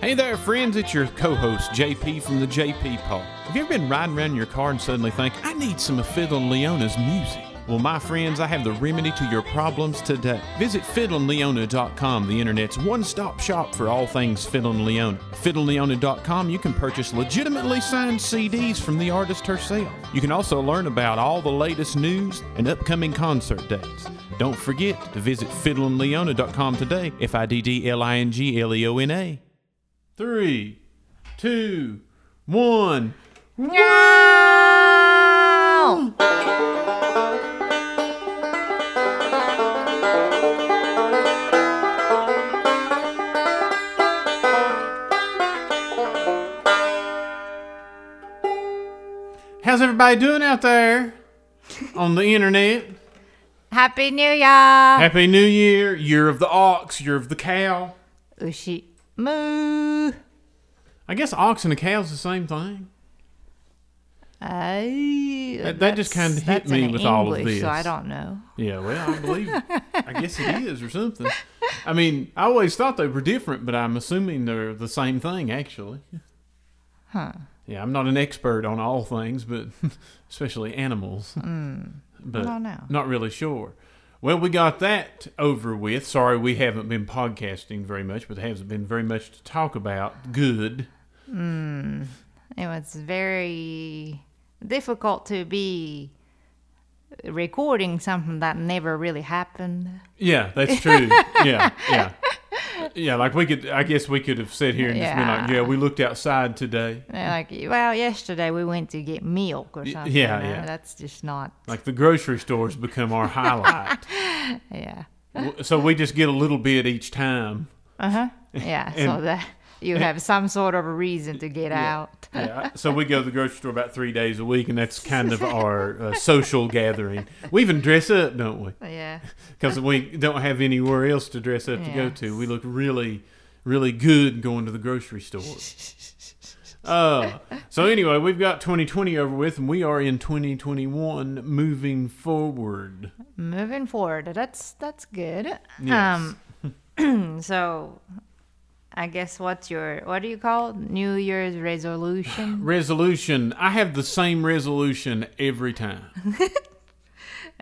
Hey there, friends. It's your co host, JP from the JP Pod. Have you ever been riding around in your car and suddenly think, I need some of Fiddle and Leona's music? Well, my friends, I have the remedy to your problems today. Visit fiddleandleona.com, the internet's one stop shop for all things Fiddle and Leona. At fiddleandleona.com, you can purchase legitimately signed CDs from the artist herself. You can also learn about all the latest news and upcoming concert dates. Don't forget to visit fiddleandleona.com today, F I D D L I N G L E O N A three, two, one. No! How's everybody doing out there on the internet? Happy New Year! Happy New Year, year of the ox, year of the cow. Ushi moo. I guess ox and a cow's the same thing. That, that just kinda hit me with all of this. So I don't know. Yeah, well, I believe. I guess it is or something. I mean, I always thought they were different, but I'm assuming they're the same thing actually. Huh. Yeah, I'm not an expert on all things, but especially animals. But Hmm. don't know. not really sure. Well, we got that over with. Sorry, we haven't been podcasting very much, but there hasn't been very much to talk about. Good. It was very difficult to be recording something that never really happened. Yeah, that's true. yeah, yeah. Yeah, like we could, I guess we could have sat here and just been Yeah. like, yeah, we looked outside today. And Like, well, yesterday we went to get milk or something. yeah, you know, yeah. That's just not. Like the grocery stores become our highlight. Yeah. W- so we just get a little bit each time. Uh huh. Yeah. so And- that you have some sort of a reason to get out. Yeah. So we go to the grocery store about three days a week, and that's kind of our uh, social gathering. We even dress up, don't we? Yeah. Because we don't have anywhere else to dress up to go to. Yes. We look really, really good going to the grocery store. Uh, so anyway, we've got 2020 over with, and we are in 2021 moving forward. moving forward that's that's good Yes. um so i guess what's your what do you call it? new year's resolution Resolution. I have the same resolution every time.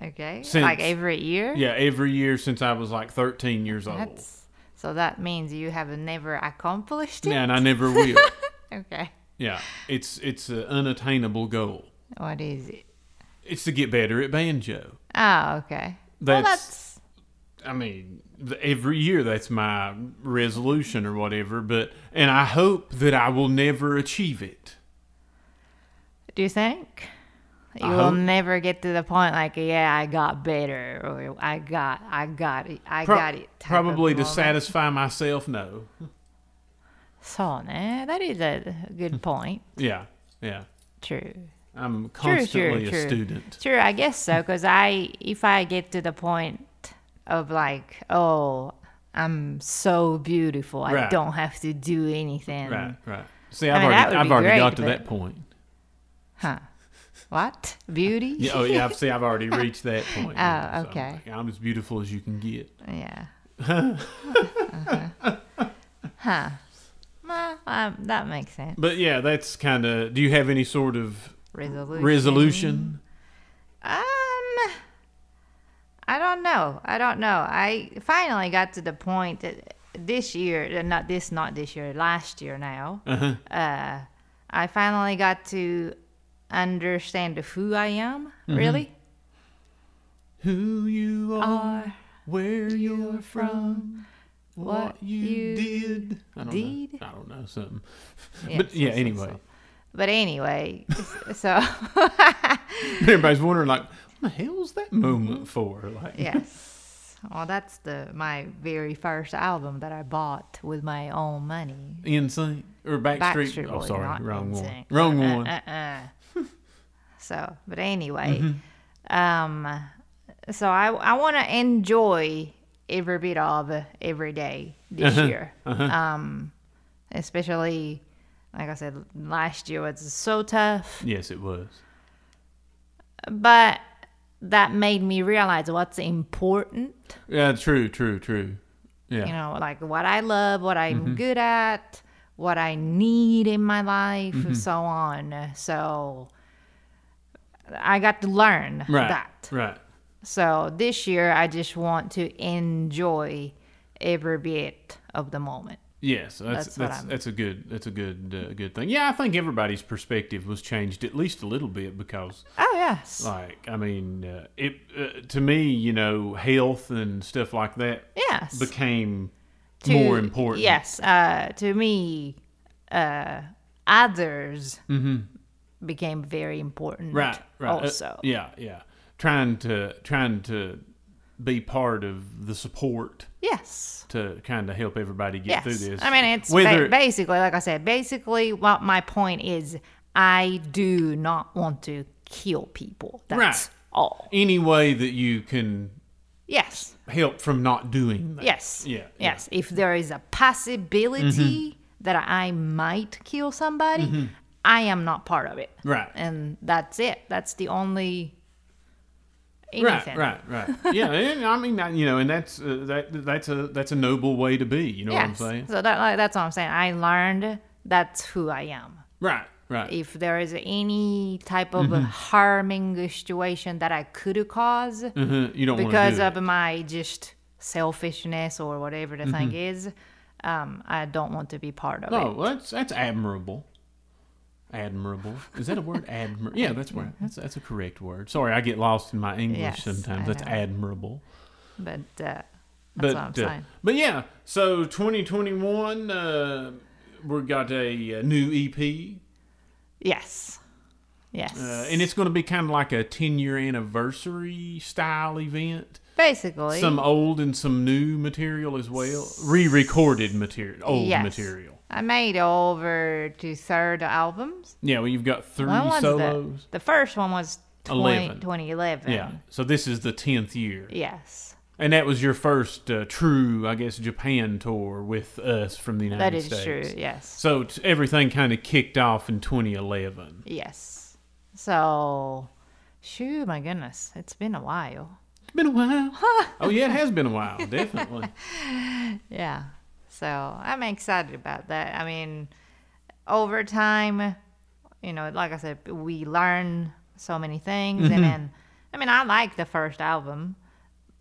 okay Since- like every year Yeah, every year since I was like 13 years old. that's so that means you have never accomplished it Yeah, and I never will. okay yeah, it's it's an unattainable goal. what is it It's to get better at banjo. oh okay well, That's- that's I mean, th- every year that's my resolution or whatever, but and I hope that I will never achieve it. do you think you I will hope- never get to the point like yeah i got better or i got i got it i Pro- got it type of Probably to moment. satisfy myself, no. so eh, that is a good point Yeah, yeah. true I'm True, constantly a student. True, I guess so. Because I, if I get to the point of like, oh, I'm so beautiful, I Right. don't have to do anything. Right, right. See, I I've mean, already, that would I've be already great, got to but- that point. Huh? What beauty? Yeah, oh yeah. I've- See, I've already reached that point. Oh, So I'm okay. like, I'm as beautiful as you can get. Yeah. Uh-huh. huh. Well, um, that makes sense. But yeah, that's kind of. Do you have any sort of Resolution. resolution? Um, I don't know. I don't know. I finally got to the point that this year, uh, not this, not this year, last year now. Uh-huh. Uh, I finally got to understand who I am. Mm-hmm. Really, Who you are, Or where you're from, what what you, you did. I don't did. know. I don't know something. Yeah, but yeah, so- so- anyway, so. But anyway, s- so everybody's wondering like, what the hell's that Mm-hmm. moment for? Like, yes. Well, that's the my very first album that I bought with my own money. Insane or Backstreet? Backstreet oh, Boys, sorry, not wrong one. NSYNC. Wrong Uh, one. Uh, uh. so, but anyway, um, so I I want to enjoy every bit of every day this year. Um, especially like I said, last year was so tough, Yes, it was. but that made me realize what's important. Yeah, Mm-hmm. true, true, true. Yeah, You know, like what I love, what I'm good at, what I need in my life, Mm-hmm. and so on. So I got to learn Right. that. Right. So this year, I just want to enjoy every bit of the moment. Yes, that's that's That's what that's, I'm- a good that's a good uh, good thing. Yeah, I think everybody's perspective was changed at least a little bit because, Oh, yes. like, I mean, uh, it uh, to me, you know, health and stuff like that yes. became To- more important. Yes. Uh, to me, uh, others became very important. Mm-hmm. right, right. Uh, Also. yeah, yeah. Trying to trying to be part of the support Yes. to kind of help everybody get Yes. through this. I mean, it's ba- whether basically, like I said, basically what my point is I do not want to kill people. That's Right. all. any way that you can Yes. help from not doing that. Yes. Yeah, Mm-hmm. yeah. Yes. If there is a possibility that I might kill somebody, I am not part of it. Mm-hmm. Right. And that's it. That's the only anything. Right, right, right. yeah, and I mean, I- you know, and that's uh, that that's a that's a noble way to be. You know Yes. what I'm saying? So that, like, that's what I'm saying. I learned that's who I am. Right, right. If there is any type of Mm-hmm. harming situation that I could because Uh-huh, You don't want because to do of my just selfishness or whatever the thing Mm-hmm. is, um, I don't want to be part of it. it. Oh, well, that's that's admirable. Admirable. Is that a word? Admir. Yeah, that's right. That's that's a correct word. Sorry, I get lost in my English Mm-hmm. Yes, sometimes. I That's know. admirable. But uh, that's but what I'm uh, saying. but yeah, so 2021, uh, we got a, uh new EP, Yes. Yes. uh, and it's going to be kind of like a 10 year anniversary style event. basically some old and some new material as well re-recorded material old Yes. material I made over to third albums. yeah well you've got three When was solos the the first one was 20, Eleven. 2011. yeah so this is the 10th year Yes. and that was your first uh, true i guess japan tour with us from the united That is states true. Yes. so t- everything kind of kicked off in 2011 Yes. So, shoo, my goodness, it's been a while. it's been a while oh yeah it has been a while definitely Yeah. So I'm excited about that. I mean, over time, you know, like I said, we learn so many things, Mm-hmm. and then, I mean, I like the first album.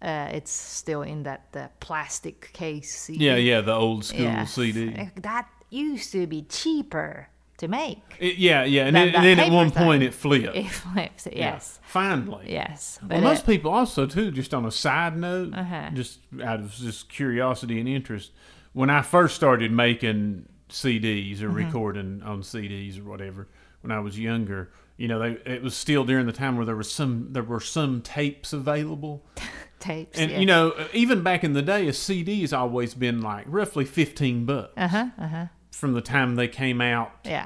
Uh, it's still in that uh, plastic case. CD. yeah yeah the old school Yes. cd That used to be cheaper to make. It- yeah yeah and, That- then- that and then at paper one thing. point it flipped It flips. Yeah. Yes. finally Yes. Well, But most it- people also too. Just on a side note, Uh-huh. just out of just curiosity and interest, when I first started making CDs or Mm-hmm. recording on CDs or whatever, when I was younger, you know, they, it was still during the time where there was some there were some tapes available, tapes. and you know, uh, even back in the day, a CD has always been like roughly fifteen bucks Uh huh. Uh huh. from the time they came out. Yeah.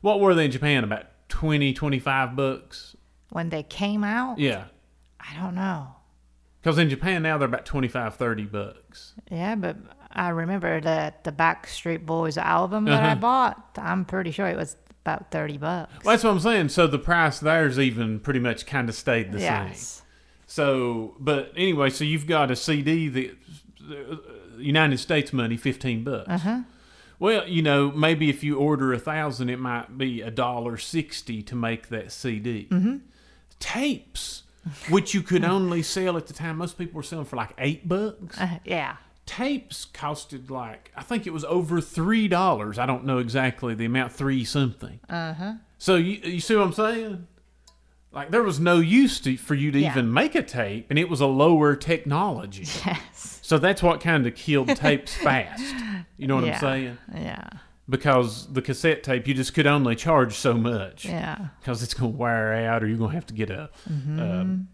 What were they in Japan? About 20, 25 bucks. When they came out, Yeah, I don't know. because in Japan now they're about 25, 30 bucks. Yeah, but I remember that the Backstreet Boys album that I Uh-huh. bought. I'm pretty sure it was about thirty bucks. Well, that's what I'm saying. So the price there's even pretty much kind of stayed the same. yes. So, but anyway, so you've got a CD that uh, United States money, fifteen bucks. Uh-huh. Well, you know, maybe if you order a thousand, it might be a dollar sixty to make that CD. Mm-hmm. Tapes, which you could only sell at the time, most people were selling for like eight bucks. Uh, yeah. Tapes costed like I think it was over three dollars. I don't know exactly the amount, three something. Uh huh. So you you see what I'm saying? Like there was no use to, for you to Yeah. even make a tape, and it was a lower technology. Yes. So that's what kind of killed tapes fast. You know what yeah. I'm saying? Yeah. Because the cassette tape, you just could only charge so much Yeah. because it's gonna wear out, or you're gonna have to get a, Mm-hmm. um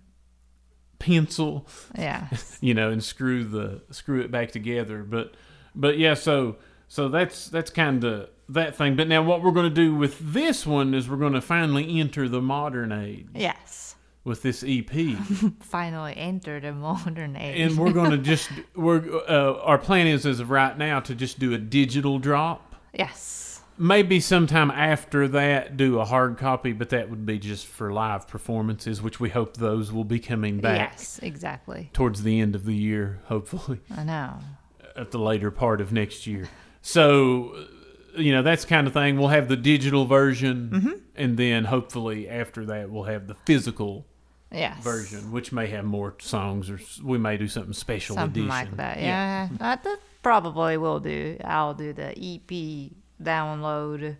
pencil, Yeah. you know, and screw the screw it back together. But but yeah, so so that's that's kind of that thing. But now what we're gonna do with this one is we're gonna finally enter the modern age yes. with this EP, Finally enter the modern age. and we're gonna just we're uh, our plan is as of right now to just do a digital drop. yes. Maybe sometime after that, do a hard copy, but that would be just for live performances, which we hope those will be coming back Yes. Exactly. towards the end of the year, hopefully. I know. at the later part of next year. So, uh, you know that's kind of thing. We'll have the digital version, Mm-hmm. and then hopefully after that we'll have the physical Yes. version, which may have more songs or s- we may do something special Something edition. like that. Yeah. I th- probably will do. I'll do the EP download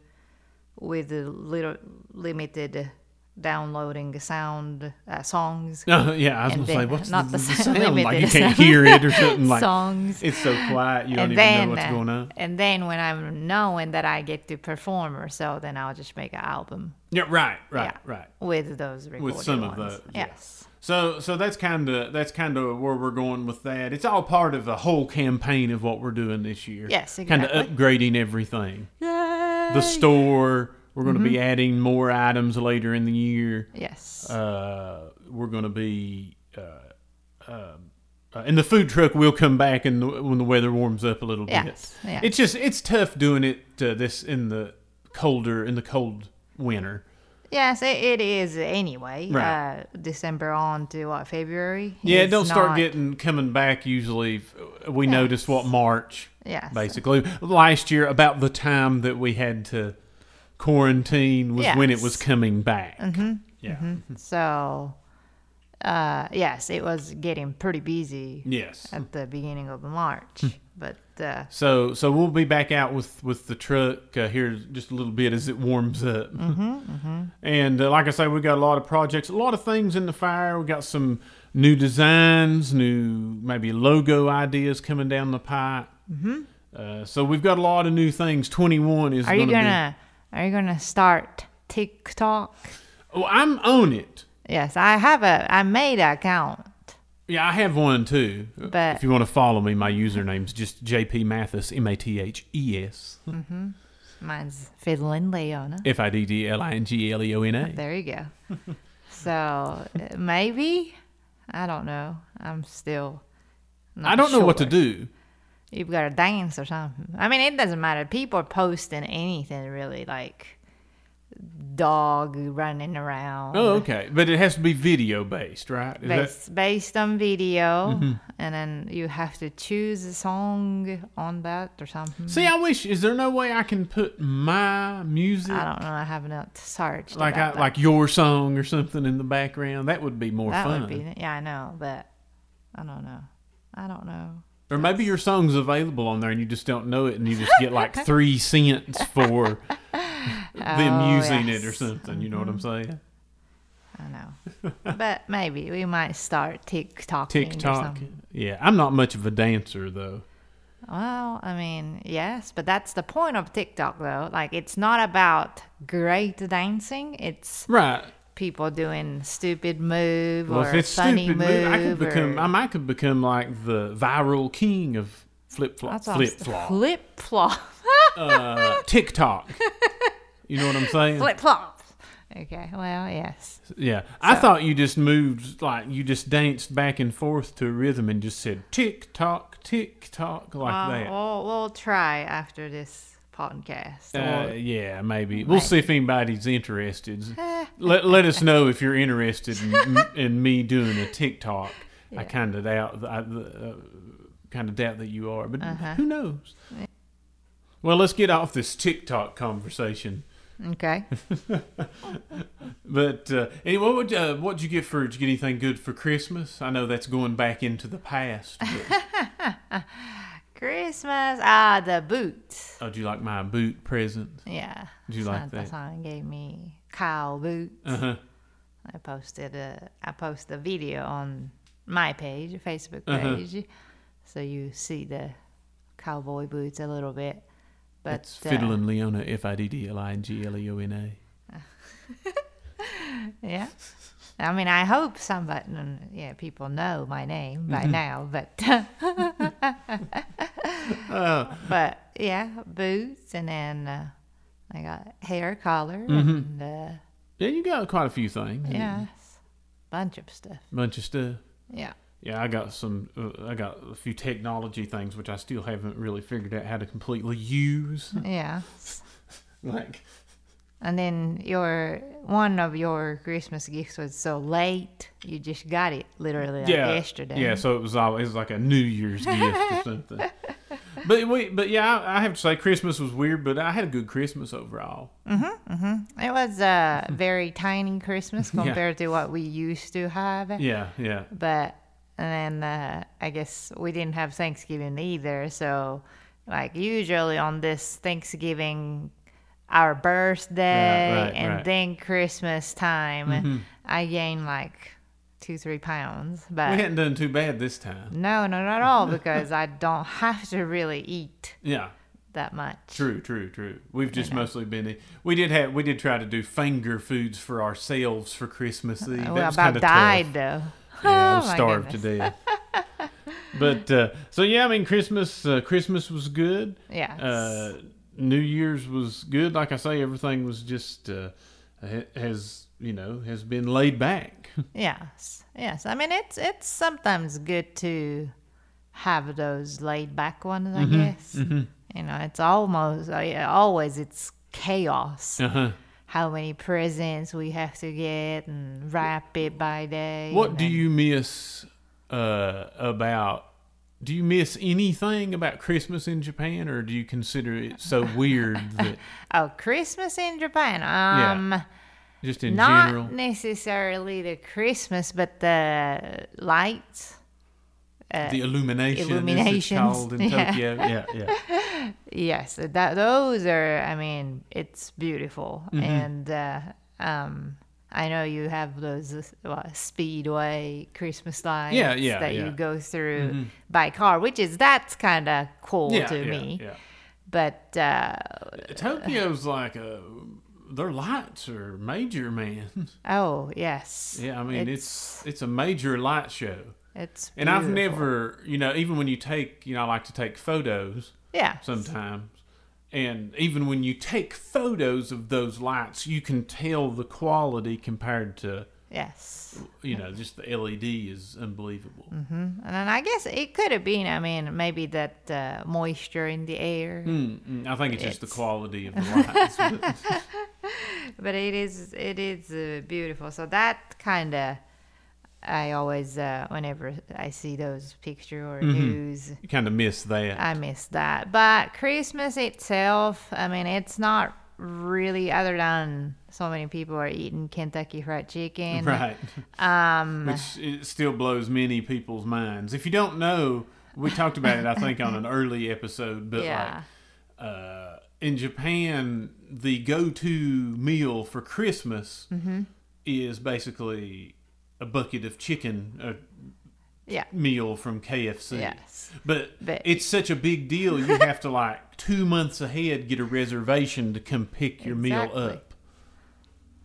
with the little limited downloading sound uh, songs. Uh, yeah, I was And gonna say then- what's not the, the the sound sound like limited you can't sound. hear it or something like Songs. It's so quiet you don't even and then, uh, know what's going on. and then when I'm knowing that I get to perform or so, then I'll just make an album. Yeah, right, right, yeah, right. With those recorded some of ones. those, yeah. Yes. So so that's kind of that's kind of where we're going with that. It's all part of the whole campaign of what we're doing this year. Yes, Kind of exactly. upgrading everything. The store. We're going to Mm-hmm. be adding more items later in the year. Yes. Uh, we're going to be. Uh, uh, uh, and the food truck will come back in the, when the weather warms up a little Yes, bit. yes. It's just it's tough doing it uh, this in the colder in the cold winter. Yes, it, it is anyway. Right. Uh, December on to what February? Yeah, it is don't start not- getting coming back usually. f- We noticed what March, Yes. basically last year about the time that we had to quarantine was when it was Yes. coming back. Yeah. So, uh, yes, it was getting pretty busy Yes. Hmm. at the beginning of March. but uh, So so we'll be back out with with the truck uh, here just a little bit as it warms up. Mm-hmm, And uh, like I say, we got a lot of projects, a lot of things in the fire. We got some new designs, new maybe logo ideas coming down the pipe. Mm-hmm. Uh, so we've got a lot of new things. Twenty one is. are you gonna be- gonna are you gonna start TikTok? Oh, I'm on it. Yes, I have a I made an account. Yeah, I have one too. But- Uh, if you want to follow me, my username's just JP Mathis M A T H E S Hmm. Mine's Fiddlin' Leona. F I D D L I N G L E O N A. There you go. so uh, maybe I don't know. I'm still. Not I don't know what to sure. do. You've got to dance or something. I mean, it doesn't matter. People are posting anything really, like dog running around. Oh, okay. But it has to be video based, right? Is that- Mm-hmm. Based, based on video, and then you have to choose a song on that or something. see, I wish. Is there no way I can put my music, I don't know. I have not searched. like I, about that. like your song or something, in the background? That would be more that fun. would be. Yeah, I know, but I don't know. I don't know. Or maybe your song's available on there and you just don't know it, and you just get like three cents for them Oh, using it or yes. Mm-hmm. something. You know what I'm saying? I know, but maybe we might start TikTok. TikTok. Yeah, I'm not much of a dancer though. Well, I mean, yes, but that's the point of TikTok, though. Like, it's not about great dancing. It's Right. people doing stupid move Well, or if it's funny stupid, move. move, I could become. or- I might could become like the viral king of flip flop. That's what I'm- Flip flop. Flip flop. uh, TikTok. You know what I'm saying? Flip flop. Okay. Well, yes. Yeah. I thought you just moved like you just danced back and forth to a rhythm and just said tick tock, tick tock like Well, that. Uh, we'll, we'll try after this podcast. Uh, Or- yeah, maybe. We'll see if anybody's interested. let, let us know if you're interested in, in me doing a TikTok. I kind of doubt. I uh, kind of doubt that you are, but Uh-huh. who knows? Well, let's get off this TikTok conversation. okay. But uh, anyway, what would, uh, what'd you get for? Did you get anything good for Christmas? I know that's going back into the past. But, Christmas. Ah, the boots. oh, do you like my boot present? Yeah. Do you like Santa that? Santa gave me cow boots. Uh huh. I posted a I post a video on my page, Facebook Uh-huh. page, so you see the cowboy boots a little bit. But It's uh, Fiddlin' Leona. F I D D L I N G L E O N A. yeah. I mean, I hope somebody, mm, yeah, people know my name Mm-hmm. by now, but Uh. but yeah, boots, and then uh, I got hair color Mm-hmm. and uh, Yeah, you got quite a few things. yeah, bunch of stuff. bunch of stuff. Yeah, Yeah, I got some. Uh, I got a few technology things which I still haven't really figured out how to completely use. yeah. Like, And then your one of your Christmas gifts was so late, you just got it literally like yeah, yesterday. Yeah, so it was always it was like a New Year's gift or something. But we, but yeah, I, I have to say Christmas was weird, but I had a good Christmas overall. It was a very tiny Christmas compared to what we used to have. Yeah, yeah, But and then uh, I guess we didn't have Thanksgiving either. So like usually on this Thanksgiving, our birthday Right, Mm-hmm. right, and right. then Christmas time, I gained like two three pounds. But we hadn't done too bad this time. no, no, not at all because I don't have to really eat Yeah, that much. True, true, true. We've just mostly been. in- We did have. We did try to do finger foods for ourselves for Christmas Eve. That Uh, Well, was about kinda died Tough. though. Yeah, I was Oh, my starved to death. but uh, so yeah, I mean Christmas. Uh, Christmas was good. Yeah. Uh, New Year's was good. Like I say, everything was just uh, ha- has you know has been laid back. Yes, yes. I mean, it's it's sometimes good to have those laid back ones. I Mm-hmm, guess you know, it's almost I- always it's chaos. Uh-huh. How many presents we have to get and wrap it by day. What and do then- you miss uh, about? Do you miss anything about Christmas in Japan, or do you consider it so weird that Oh, Christmas in Japan. Um, just in not general? necessarily the Christmas, but the lights. the illumination, is uh, illuminations, called in yeah. Tokyo. Yeah, yeah. Yes, uh, that those are. I mean, it's beautiful, Mm-hmm. and uh, um, I know you have those uh, what, speedway Christmas lights Yeah, yeah, that yeah. Mm-hmm. you go through by car, which is that's kind of cool yeah, to yeah, me. yeah. But uh, Tokyo's like a, their lights are major, man. oh yes, Yeah, I mean it's it's, a major light show, it's and I've beautiful. never, you know, even when you take, you know, I like to take photos. yeah sometimes. And even when you take photos of those lights, you can tell the quality compared to, yes. you know, just the LED is unbelievable. And then I guess it could have been. I mean, maybe that uh, moisture in the air. Mm, mm, I think it's, just the quality of the lights. but- but it is it is uh, beautiful so that kind of i always uh, whenever i see those picture or news you kind of miss that. i miss that but christmas itself i mean it's not really other than so many people are eating kentucky fried chicken right. um Which it still blows many people's minds. If you don't know, we talked about it, I think, on an early episode, but like yeah uh, in Japan, the go-to meal for Christmas Mm-hmm. is basically a bucket of chicken, a yeah meal from KFC. yes But, But- it's such a big deal, you have to like two months ahead get a reservation to come pick your Exactly. meal up.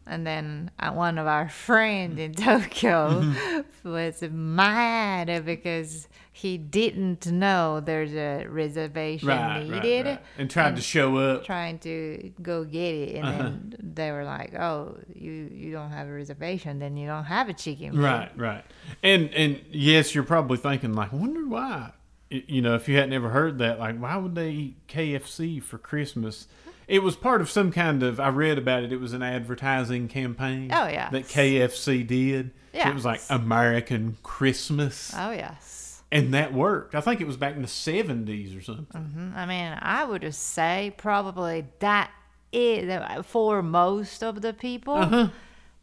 and then uh, one of our friend in Tokyo Mm-hmm. was mad because he didn't know there's a reservation Right, right, needed. right. And tried to show up. Trying to go get it, and Uh-huh. then they were like, "Oh, you you don't have a reservation, then you don't have a chicken." meal." Right, right. And and yes, you're probably thinking like, wonder why. Y- You know, if you hadn't ever heard that, like, why would they eat KFC for Christmas? It was part of some kind of. I read about it. It was an advertising campaign. Oh, yes. that KFC did. it was like Yes. American Christmas, Oh yes. and that worked. I think it was back in the seventies or something. Mhm. I mean, I would say probably that is for most of the people. Uh-huh.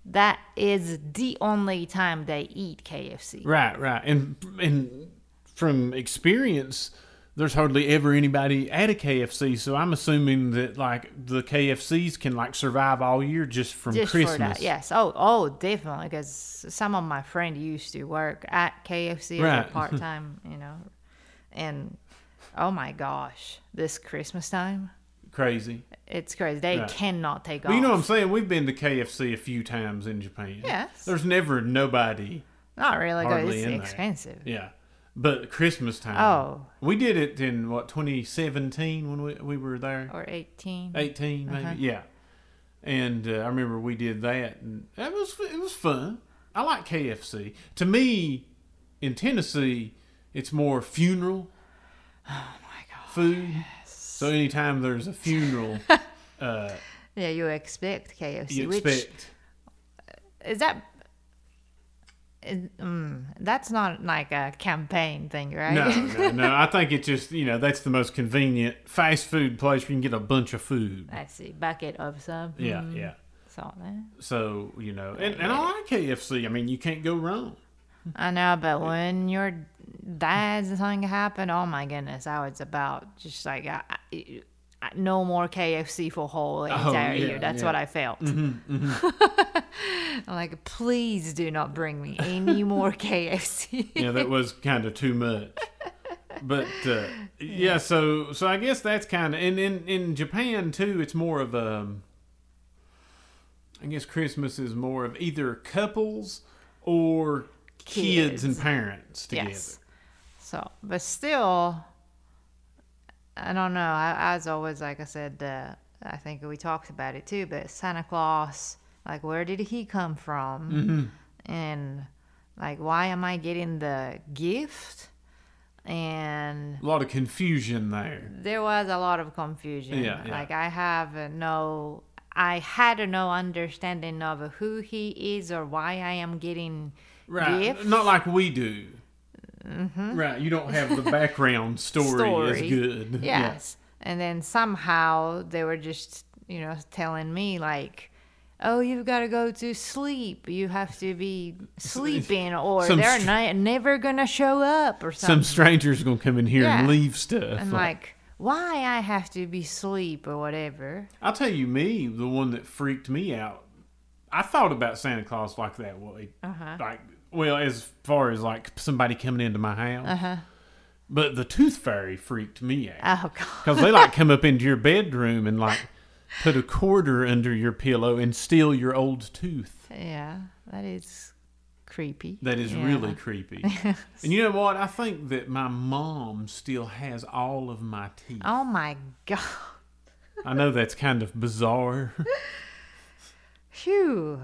that is the only time they eat KFC. Right, right. And and from experience, there's hardly ever anybody at a KFC, so I'm assuming that like the KFCs can like survive all year just from just Christmas. for that. Yes. Oh, oh, definitely. Because some of my friend used to work at KFC as Right. a part time, you know, and oh my gosh, this Christmas time, Crazy. it's crazy. They Right. cannot take But off. you know what I'm saying? We've been to KFC a few times in Japan. Yes. There's never nobody. Not really. 'cause Hardly in it's there. expensive. Yeah. But Christmas time. Oh. We did it in what 2017 when we we were there. Or eighteen. 18 maybe yeah and uh, i remember we did that and it was it was fun i like kfc to me in tennessee it's more funeral food so anytime there's a funeral uh, Yeah, you expect KFC. You which expect. is that? is- mm, that's not like a campaign thing, right? No, no, no. I think it's just, you know, that's the most convenient fast food place where you can get a bunch of food. I see. Bucket of some. Yeah, yeah. So, eh. So, you know, and, and I like KFC. I mean, you can't go wrong. I know, but when your dad's thing happened, oh my goodness, I was about just like I, I, I- no more KFC for whole entire Oh, yeah, year. That's yeah. Mm-hmm, what I felt. I'm like, please do not bring me any more KFC. Yeah, that was kind of too much. But uh, yeah, so so I guess that's kind of and in in Japan too, it's more of a. I guess Christmas is more of either couples or kids, Kids. and parents together. Yes. So, but still, I don't know. I, as always, like I said, uh, I think we talked about it too. But Santa Claus, like, where did he come from? Mm-hmm. And like, why am I getting the gift? And A lot of confusion there. there was a lot of confusion. Yeah, yeah. Like, I have no. I had no understanding of who he is or why I am getting Right. gifts. Not like we do. Right. You don't have the background story, Story. as good. Yeah. Yes. And then somehow they were just, you know, telling me like, "Oh, you've got to go to sleep. You have to be sleeping, or some they're str- ni- never gonna show up, or Some something." strangers gonna come in here and Yeah. leave stuff. I'm like, "Why I have to be sleep or whatever?" I'll tell you, me, the one that freaked me out. I thought about Santa Claus like that way, Uh-huh. like well, as far as like somebody coming into my house. Uh-huh. But the Tooth Fairy freaked me out Oh God. because they like come up into your bedroom and like put a quarter under your pillow and steal your old tooth. Yeah, that is creepy. That is Yeah. really creepy. and you know what? I think that my mom still has all of my teeth. Oh my God. I know that's kind of bizarre. Phew.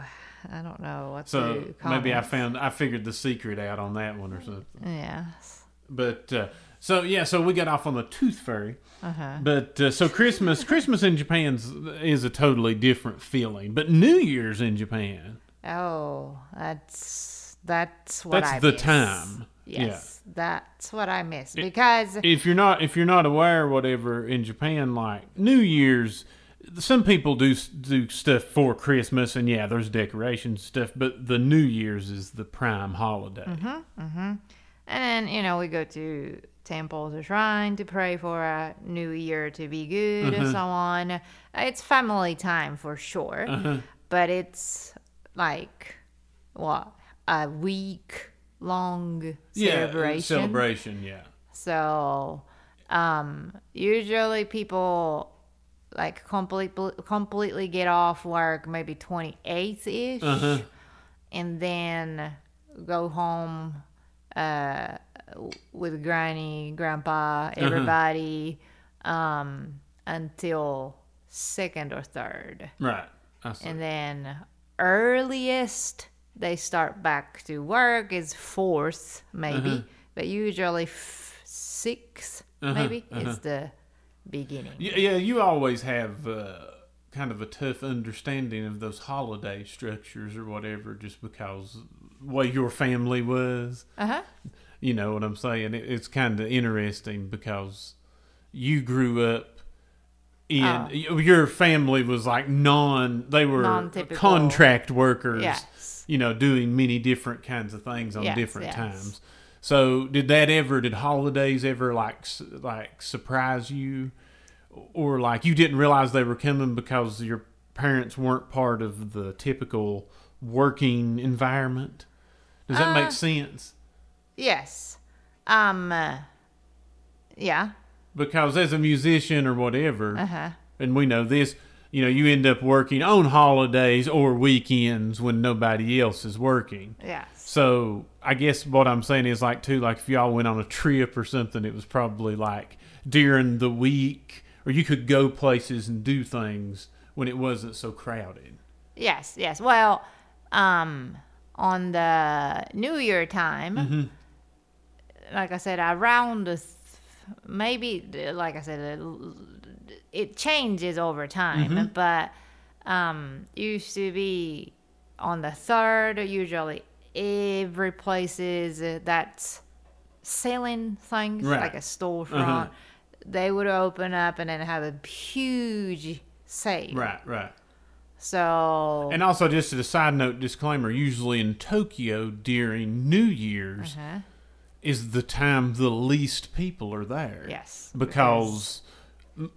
I don't know what So to maybe I comment. found I figured the secret out on that one or something. Yes. But uh, so yeah, so we got off on the tooth fairy. Uh-huh. But uh, so Christmas, Christmas in Japan is a totally different feeling. But New Year's in Japan, Oh, that's that's what that's I the miss. time. Yes, that's what I miss because Yeah. If you're not if you're not aware, or whatever in Japan, like New Year's, some people do s- do stuff for Christmas, and yeah, there's decorations and stuff. But the New Year's is the prime holiday. Mm-hmm. and then you know we go to temples or shrine to pray for a new year to be good Uh-huh. and so on. It's family time for sure, Uh-huh. but it's like what a week long Yeah, celebration. celebration. Yeah. So, um, usually people like completely completely get off work maybe 28th ish and then go home uh with granny, grandpa, everybody um until second or third. Right. I see. And then earliest they start back to work is fourth, maybe, but usually f- 6th maybe, is the beginning. Y- yeah, you always have uh, kind of a tough understanding of those holiday structures or whatever, just because way your family was. Uh huh. You know what I'm saying? It, it's kind of interesting because you grew up. In, Oh. y- Your family was like non, they were Non-typical. contract workers, Yes. you know, doing many different kinds of things on Yes, different yes. times. So, did that ever, did holidays ever like, s- like surprise you? or like you didn't realize they were coming because your parents weren't part of the typical working environment. Does that Uh, make sense? Yes. Um, uh, yeah. Because as a musician or whatever, Uh huh. and we know this, you know, you end up working on holidays or weekends when nobody else is working. Yes. So I guess what I'm saying is like too, like if y'all went on a trip or something, it was probably like during the week, or you could go places and do things when it wasn't so crowded. Yes. Yes. Well, um, on the New Year time, Mm-hmm. like I said, around the th- Mm-hmm. maybe, like I said, it changes over time, but um, used to be on the third. Usually, every places that's selling things Right. like a storefront, Uh-huh. they would open up and then have a huge sale. Right, right. So And also, just as a side note disclaimer, usually in Tokyo during New Year's Uh-huh. is the time the least people are there. yes, Because, they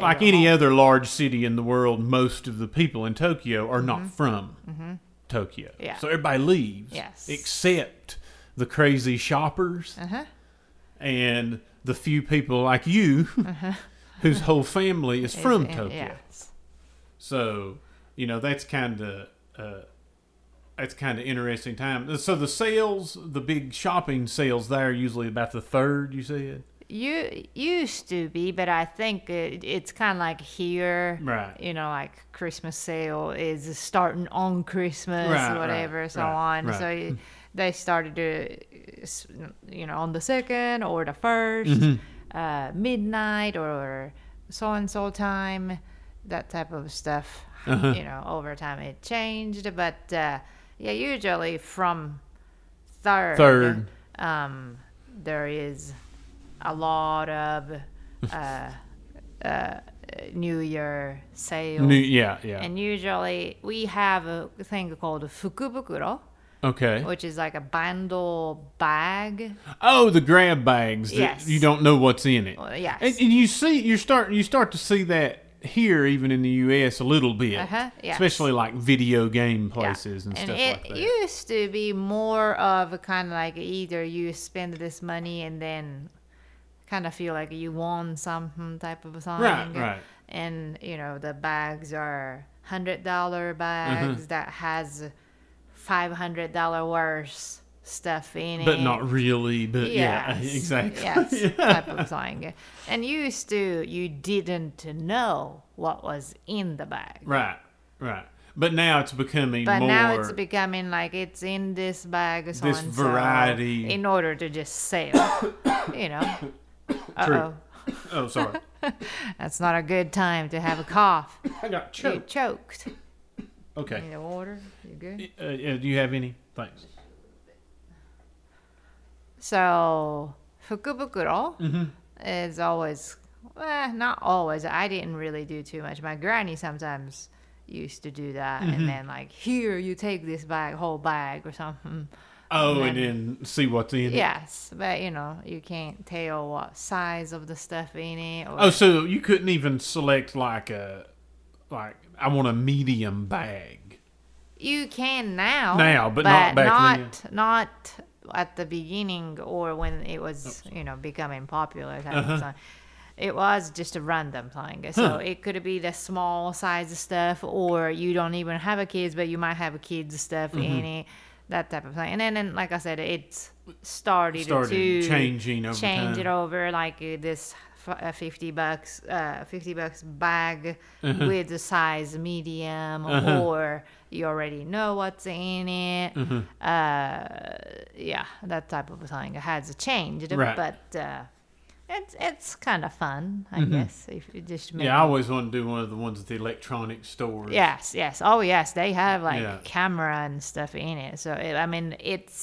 like are any all- other large city in the world, most of the people in Tokyo are not from Tokyo. Mm-hmm. Yeah. So everybody leaves. Yes. Except the crazy shoppers Uh-huh. Uh-huh. and the few people like you whose whole family is from Is- Tokyo. yes. So, you know, that's kind of uh, that's kind of interesting time. So the sales, the big shopping sales there, usually about the third. You said You used to be, but I think it, it's kind of like here. Right. You know, like Christmas sale is starting on Christmas, Right, right, whatever, so right, on. right. Hmm. So you, they started to, uh, s- you know, on the second or the 1st Mm-hmm. uh, midnight or so and so time, that type of stuff. Uh-huh. You know, over time it changed, but uh, yeah, usually from third. Third. Um, there is a lot of uh, uh, New Year sales. New, yeah, yeah. and usually we have a thing called fukubukuro, okay. which is like a bundle bag. Oh, the grab bags. that Yes. You don't know what's in it. Well, yes. And, and you see, you start, you start to see that here, even in the U.S., a little bit. Uh-huh, yes. Especially like video game Yeah. places and, stuff it like that. used to be more of a kind of like either you spend this money and then kind of feel like you won something type of thing. right. And you know the bags are hundred Mm-hmm. dollar bags that has five hundred dollar worth stuff in it. but not really. But yeah, Yes, exactly. Yes, type of thing. And used to you didn't know what was in the bag. Right, right. But now it's becoming But more. now it's becoming like it's in this bag, so This and so, variety. in order to just sell. you know, uh-oh, oh, sorry. that's not a good time to have a cough. I got you choked. choked. Okay. Need a water? You good? Uh, uh, do you have any? Thanks. So fukubukuro Mm-hmm. is always, well, not always. I didn't really do too much. My granny sometimes used to do that, Mm-hmm. and then like here you take this bag, whole bag or something. Oh, and And then see what's in it. Yes, but you know, you can't tell what size of the stuff in it. Or, Oh, so you couldn't even select like a, like I want a medium bag. you can now. Now, but not back then, not not at the beginning or when it was you know becoming popular. Type of thing. It was just a random thing, so Uh-huh. Huh. it could be the small size of stuff, or you don't even have a kids, but you might have a kids stuff Mm-hmm. in it, that type of thing. And then, and like I said, it's started, Started to changing over change time. it over like uh, this f- uh, 50 bucks uh, 50 bucks bag Uh-huh. with the size medium or you already know what's in it Mm-hmm. uh, yeah that type of thing has changed Right. but uh, it's it's kind of fun i guess if you just make Mm-hmm. Yeah, I always want to do one of the ones at the electronic store. Yes, yes. Oh, yes. They have like Yeah. camera and stuff in it. So it, I mean, it's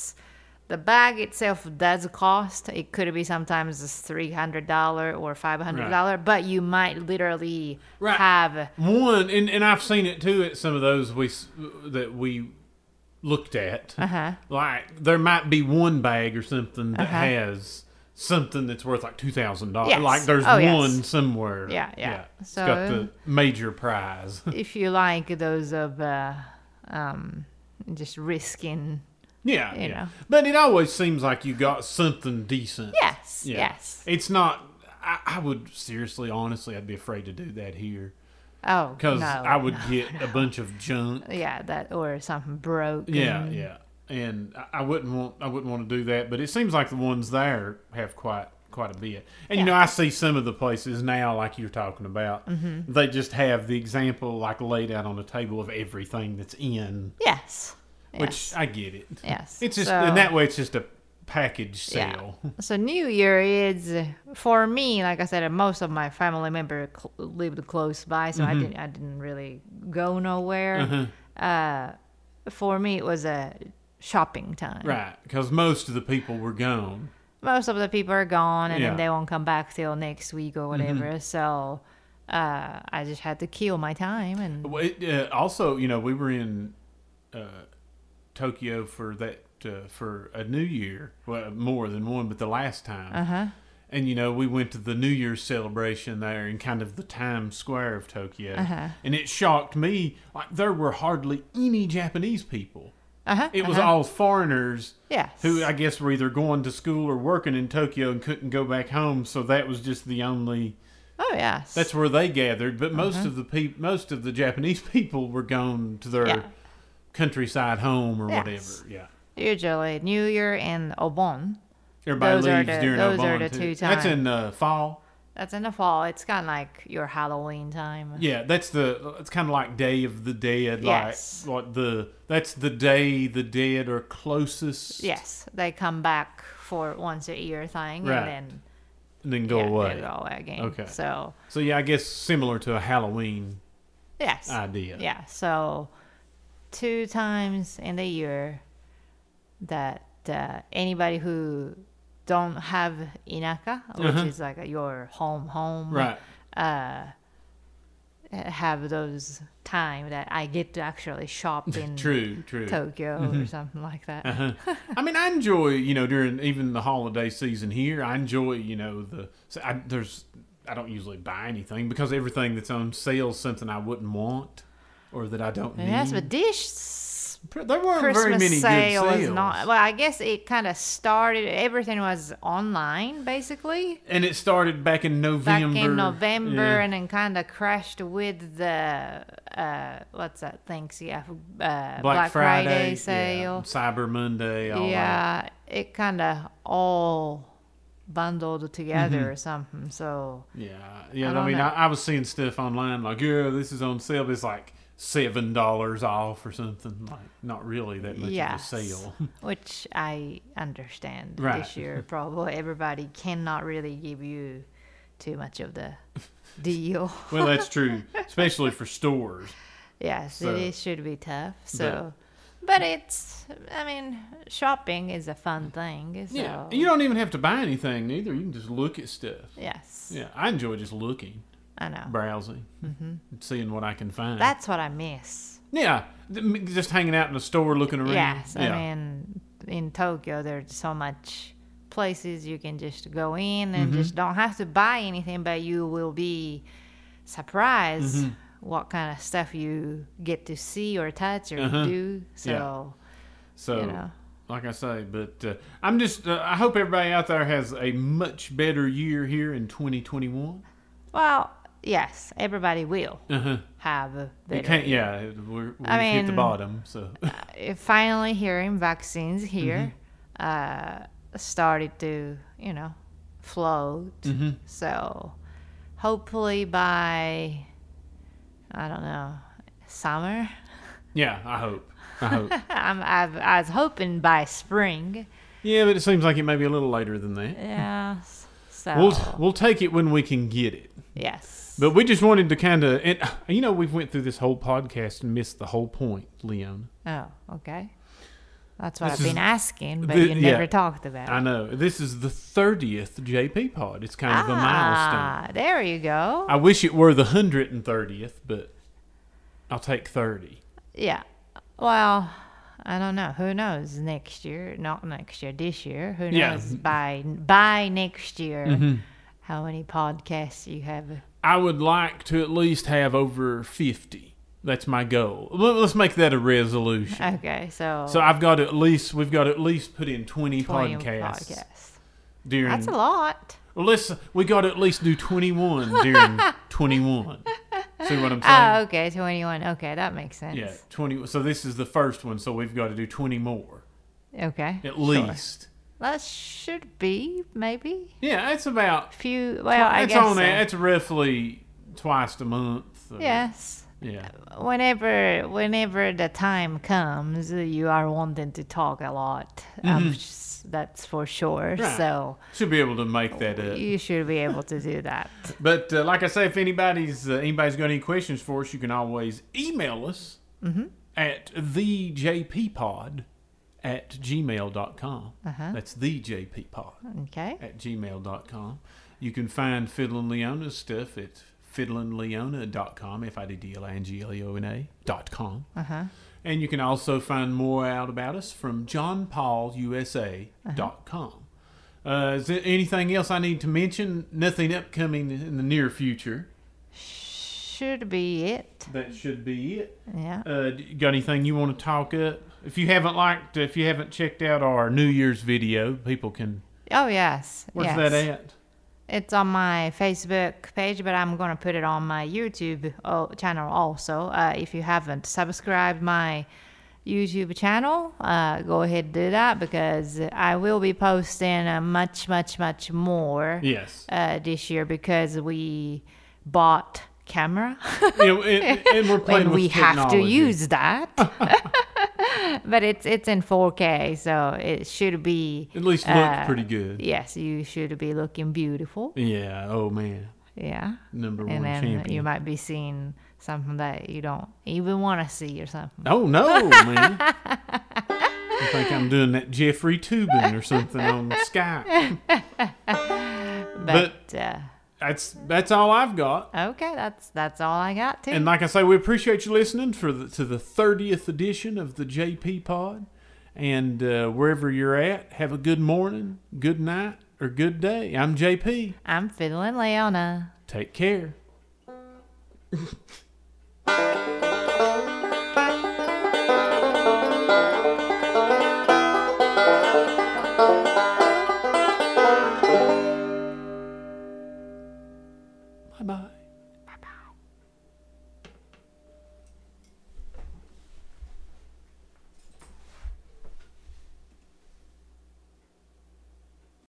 the bag itself does cost. It could be sometimes it's three hundred dollar or five hundred dollar, but you might literally Right. have One, and, and I've seen it too at some of those we s- that we looked at. uh-huh, like there might be one bag or something that Uh-huh. has something that's worth like two thousand dollars. Yes. Like there's Oh, one yes. somewhere. Yeah, yeah. It's So- got the major prize. if you like those of uh, um, just risking. yeah, You yeah. know. But it always seems like you got something decent. Yes, Yeah. yes. It's not. I, I would seriously, honestly, I'd be afraid to do that here Oh, because no, I would no. get a bunch of junk. Yeah, that or something broke. Yeah, yeah. And I- I wouldn't want I wouldn't want to do that, but it seems like the ones there have quite quite a bit. And you know, I see some of the places now, like you're talking about, Mm-hmm. they just have the example like laid out on the table of everything that's in, Yes. which yes. I get it. Yes. It's just So- in that way, it's just a package sale. So New Year is uh, for me, like I said, uh, most of my family member cl- lived close by, so I Mm-hmm. didn't I didn't really go nowhere. Uh, for me, it was a shopping time. Right, because most of the people were gone. Most of the people are gone, and Yeah. Mm-hmm. then they won't come back till next week or whatever. So. Uh, I just had to kill my time, and Well, it, uh, also, you know, we were in uh, Tokyo for that uh, for a New Year, well, more than one, but the last time. uh-huh. And you know, we went to the New Year's celebration there in kind of the Times Square of Tokyo, Uh-huh. and it shocked me. Like there were hardly any Japanese people. Uh-huh. It was uh-huh. all foreigners yes. who I guess were either going to school or working in Tokyo and couldn't go back home. So that was just the only. oh yes. That's where they gathered, but most Uh-huh. of the peop most of the Japanese people were gone to their Yeah. countryside home or Yes. whatever. Yeah, usually New Year and Obon. everybody Those are leaves the- during those Obon are the too. two That's in uh, fall. That's in the fall. It's kind of like your Halloween time. Yeah, that's the. uh, It's kind of like Day of the Dead. Yes. Like, like the. That's the day the dead are closest. Yes, they come back for once a year thing Right. and then And then go yeah, away. they go away again. Okay. So So yeah, I guess similar to a Halloween yes, idea. yeah. So two times in the year that uh, anybody who don't have inaka, which Uh-huh. is like your home home, uh, Right. have those time that I get to actually shop in True. Mm-hmm. Uh-huh. True. Tokyo or something like that. I mean, I enjoy you know during even the holiday season here. I enjoy you know the so I, there's I don't usually buy anything because everything that's on sale is something I wouldn't want or that I don't need. Yes, Mm-hmm. but this Pr- there weren't very Christmas many sale good is sales. not. Well, I guess it kind of started. Everything was online basically and it started back in back November. in November, Yeah. and then kind of crashed with the uh, what's that thing? See, uh, Black, Friday, yeah, sale. Cyber Monday, all that. Yeah, it kind of all bundled together Mm-hmm. or something. So Yeah, yeah. I I, don't mean, know. I, I was seeing stuff online like, yeah, this is on sale. But it's like seven dollars off or something. Like, not really that much Yes. of a sale. which I understand Right. this year probably everybody cannot really give you too much of the deal. well, that's true, especially for stores. Yes, So- it is, should be tough. So, but, it's I mean, shopping is a fun thing. So, Mm. Yeah, you don't even have to buy anything either. You can just look at stuff. yes, Yeah, I enjoy just looking, I know. browsing, Mm-hmm. and seeing what I can find. That's what I miss. yeah, th- m- just hanging out in the store looking around. Yes, I yeah. mean, in Tokyo there's so much places you can just go in Mm-hmm. and just don't have to buy anything, but you will be surprised Mm-hmm. what kind of stuff you get to see or touch or Uh-huh. do. So, so. you know. Like I say, but uh, I'm just. Uh, I hope everybody out there has a much better year here in 2021. well, yes, everybody will Uh-huh. have a You better can't. Yeah, it- we're, we've I hit the mean- bottom. So uh, finally hearing vaccines here Mm-hmm. uh, started to you know float Mm-hmm. so hopefully by i don't know summer yeah, I hope. I hope. I'm, I've, i was hoping by spring yeah, but it seems like it may be a little later than that. yes so We'll we'll take it when we can get it. yes But we just wanted to kind of, and you know, we've went through this whole podcast and missed the whole point, Leon. oh okay that's what This i've is- been asking but thi- you yeah. never talked about I it know this is the thirtieth JP pod. It's kind of a milestone. ah there you go I wish it were the hundred and thirtieth, but I'll take thirty. Yeah. Well, I don't know. Who knows next year? Not next year. This year. Who Yeah. Mm-hmm. knows by by next year how many podcasts you have? I would like to at least have over fifty. That's my goal. Let- Let's make that a resolution. Okay, so, So I've got to at least we've got to at least put in twenty, 20 podcasts podcasts. during. That's a lot. Well, let's we got to at least do twenty one during twenty one. See what I'm saying? Oh, okay, twenty-one. Okay, that makes sense. Yeah, twenty. So this is the first one. So we've got to do twenty more Okay. at sure. least. That should be maybe Yeah, it's about. few. Well, I it's guess. on. so. a- It's roughly twice a month. or- Yes. Yeah. whenever whenever the time comes you are wanting to talk a lot I'm s- that's that's for sure. Mm-hmm. Right. So Should be able to make that up. you should be able to do that. But uh, like I say, if anybody's uh, anybody's got any questions for us, you can always email us Mm-hmm. at thejppod at gmail.com. Uh-huh. That's thejppod Okay. at gmail.com. You can find Fiddlin' Leona's stuff at fiddlinleona.com, F-I-D-D-L-I-N-G-L-E-O-N-A dot com. Uh huh. And you can also find more out about us from johnpaulusa.com. Uh, is there anything else I need to mention? Nothing upcoming in the near future. Should be it. That should be it. Yeah. Uh, d- you got anything you want to talk up? If you haven't liked, if you haven't checked out our New Year's video, people can. Oh yes. Where's yes. that at? It's on my Facebook page, but I'm gonna put it on my YouTube uh, channel also. Uh, if you haven't subscribed my YouTube channel, uh, go ahead and do that because I will be posting uh, much, much, much more Yes. uh, this year because we bought camera you know, and, and we're playing and with we have to technology. use that. but it's it's in 4K, so it should be At least look uh, pretty good. Yes, you should be looking beautiful. Yeah. Oh man, Yeah. number And one then champion. you might be seeing something that you don't even want to see or something. Oh no, man! I think I'm doing that Jeffrey Tubin or something on Skype. But, uh, That's that's all I've got. okay, that's that's all I got too. And like I say, we appreciate you listening for the, to the thirtieth edition of the JP Pod. And uh, wherever you're at, have a good morning, good night, or good day. I'm JP. I'm fiddling Leona. Take care. Bye bye.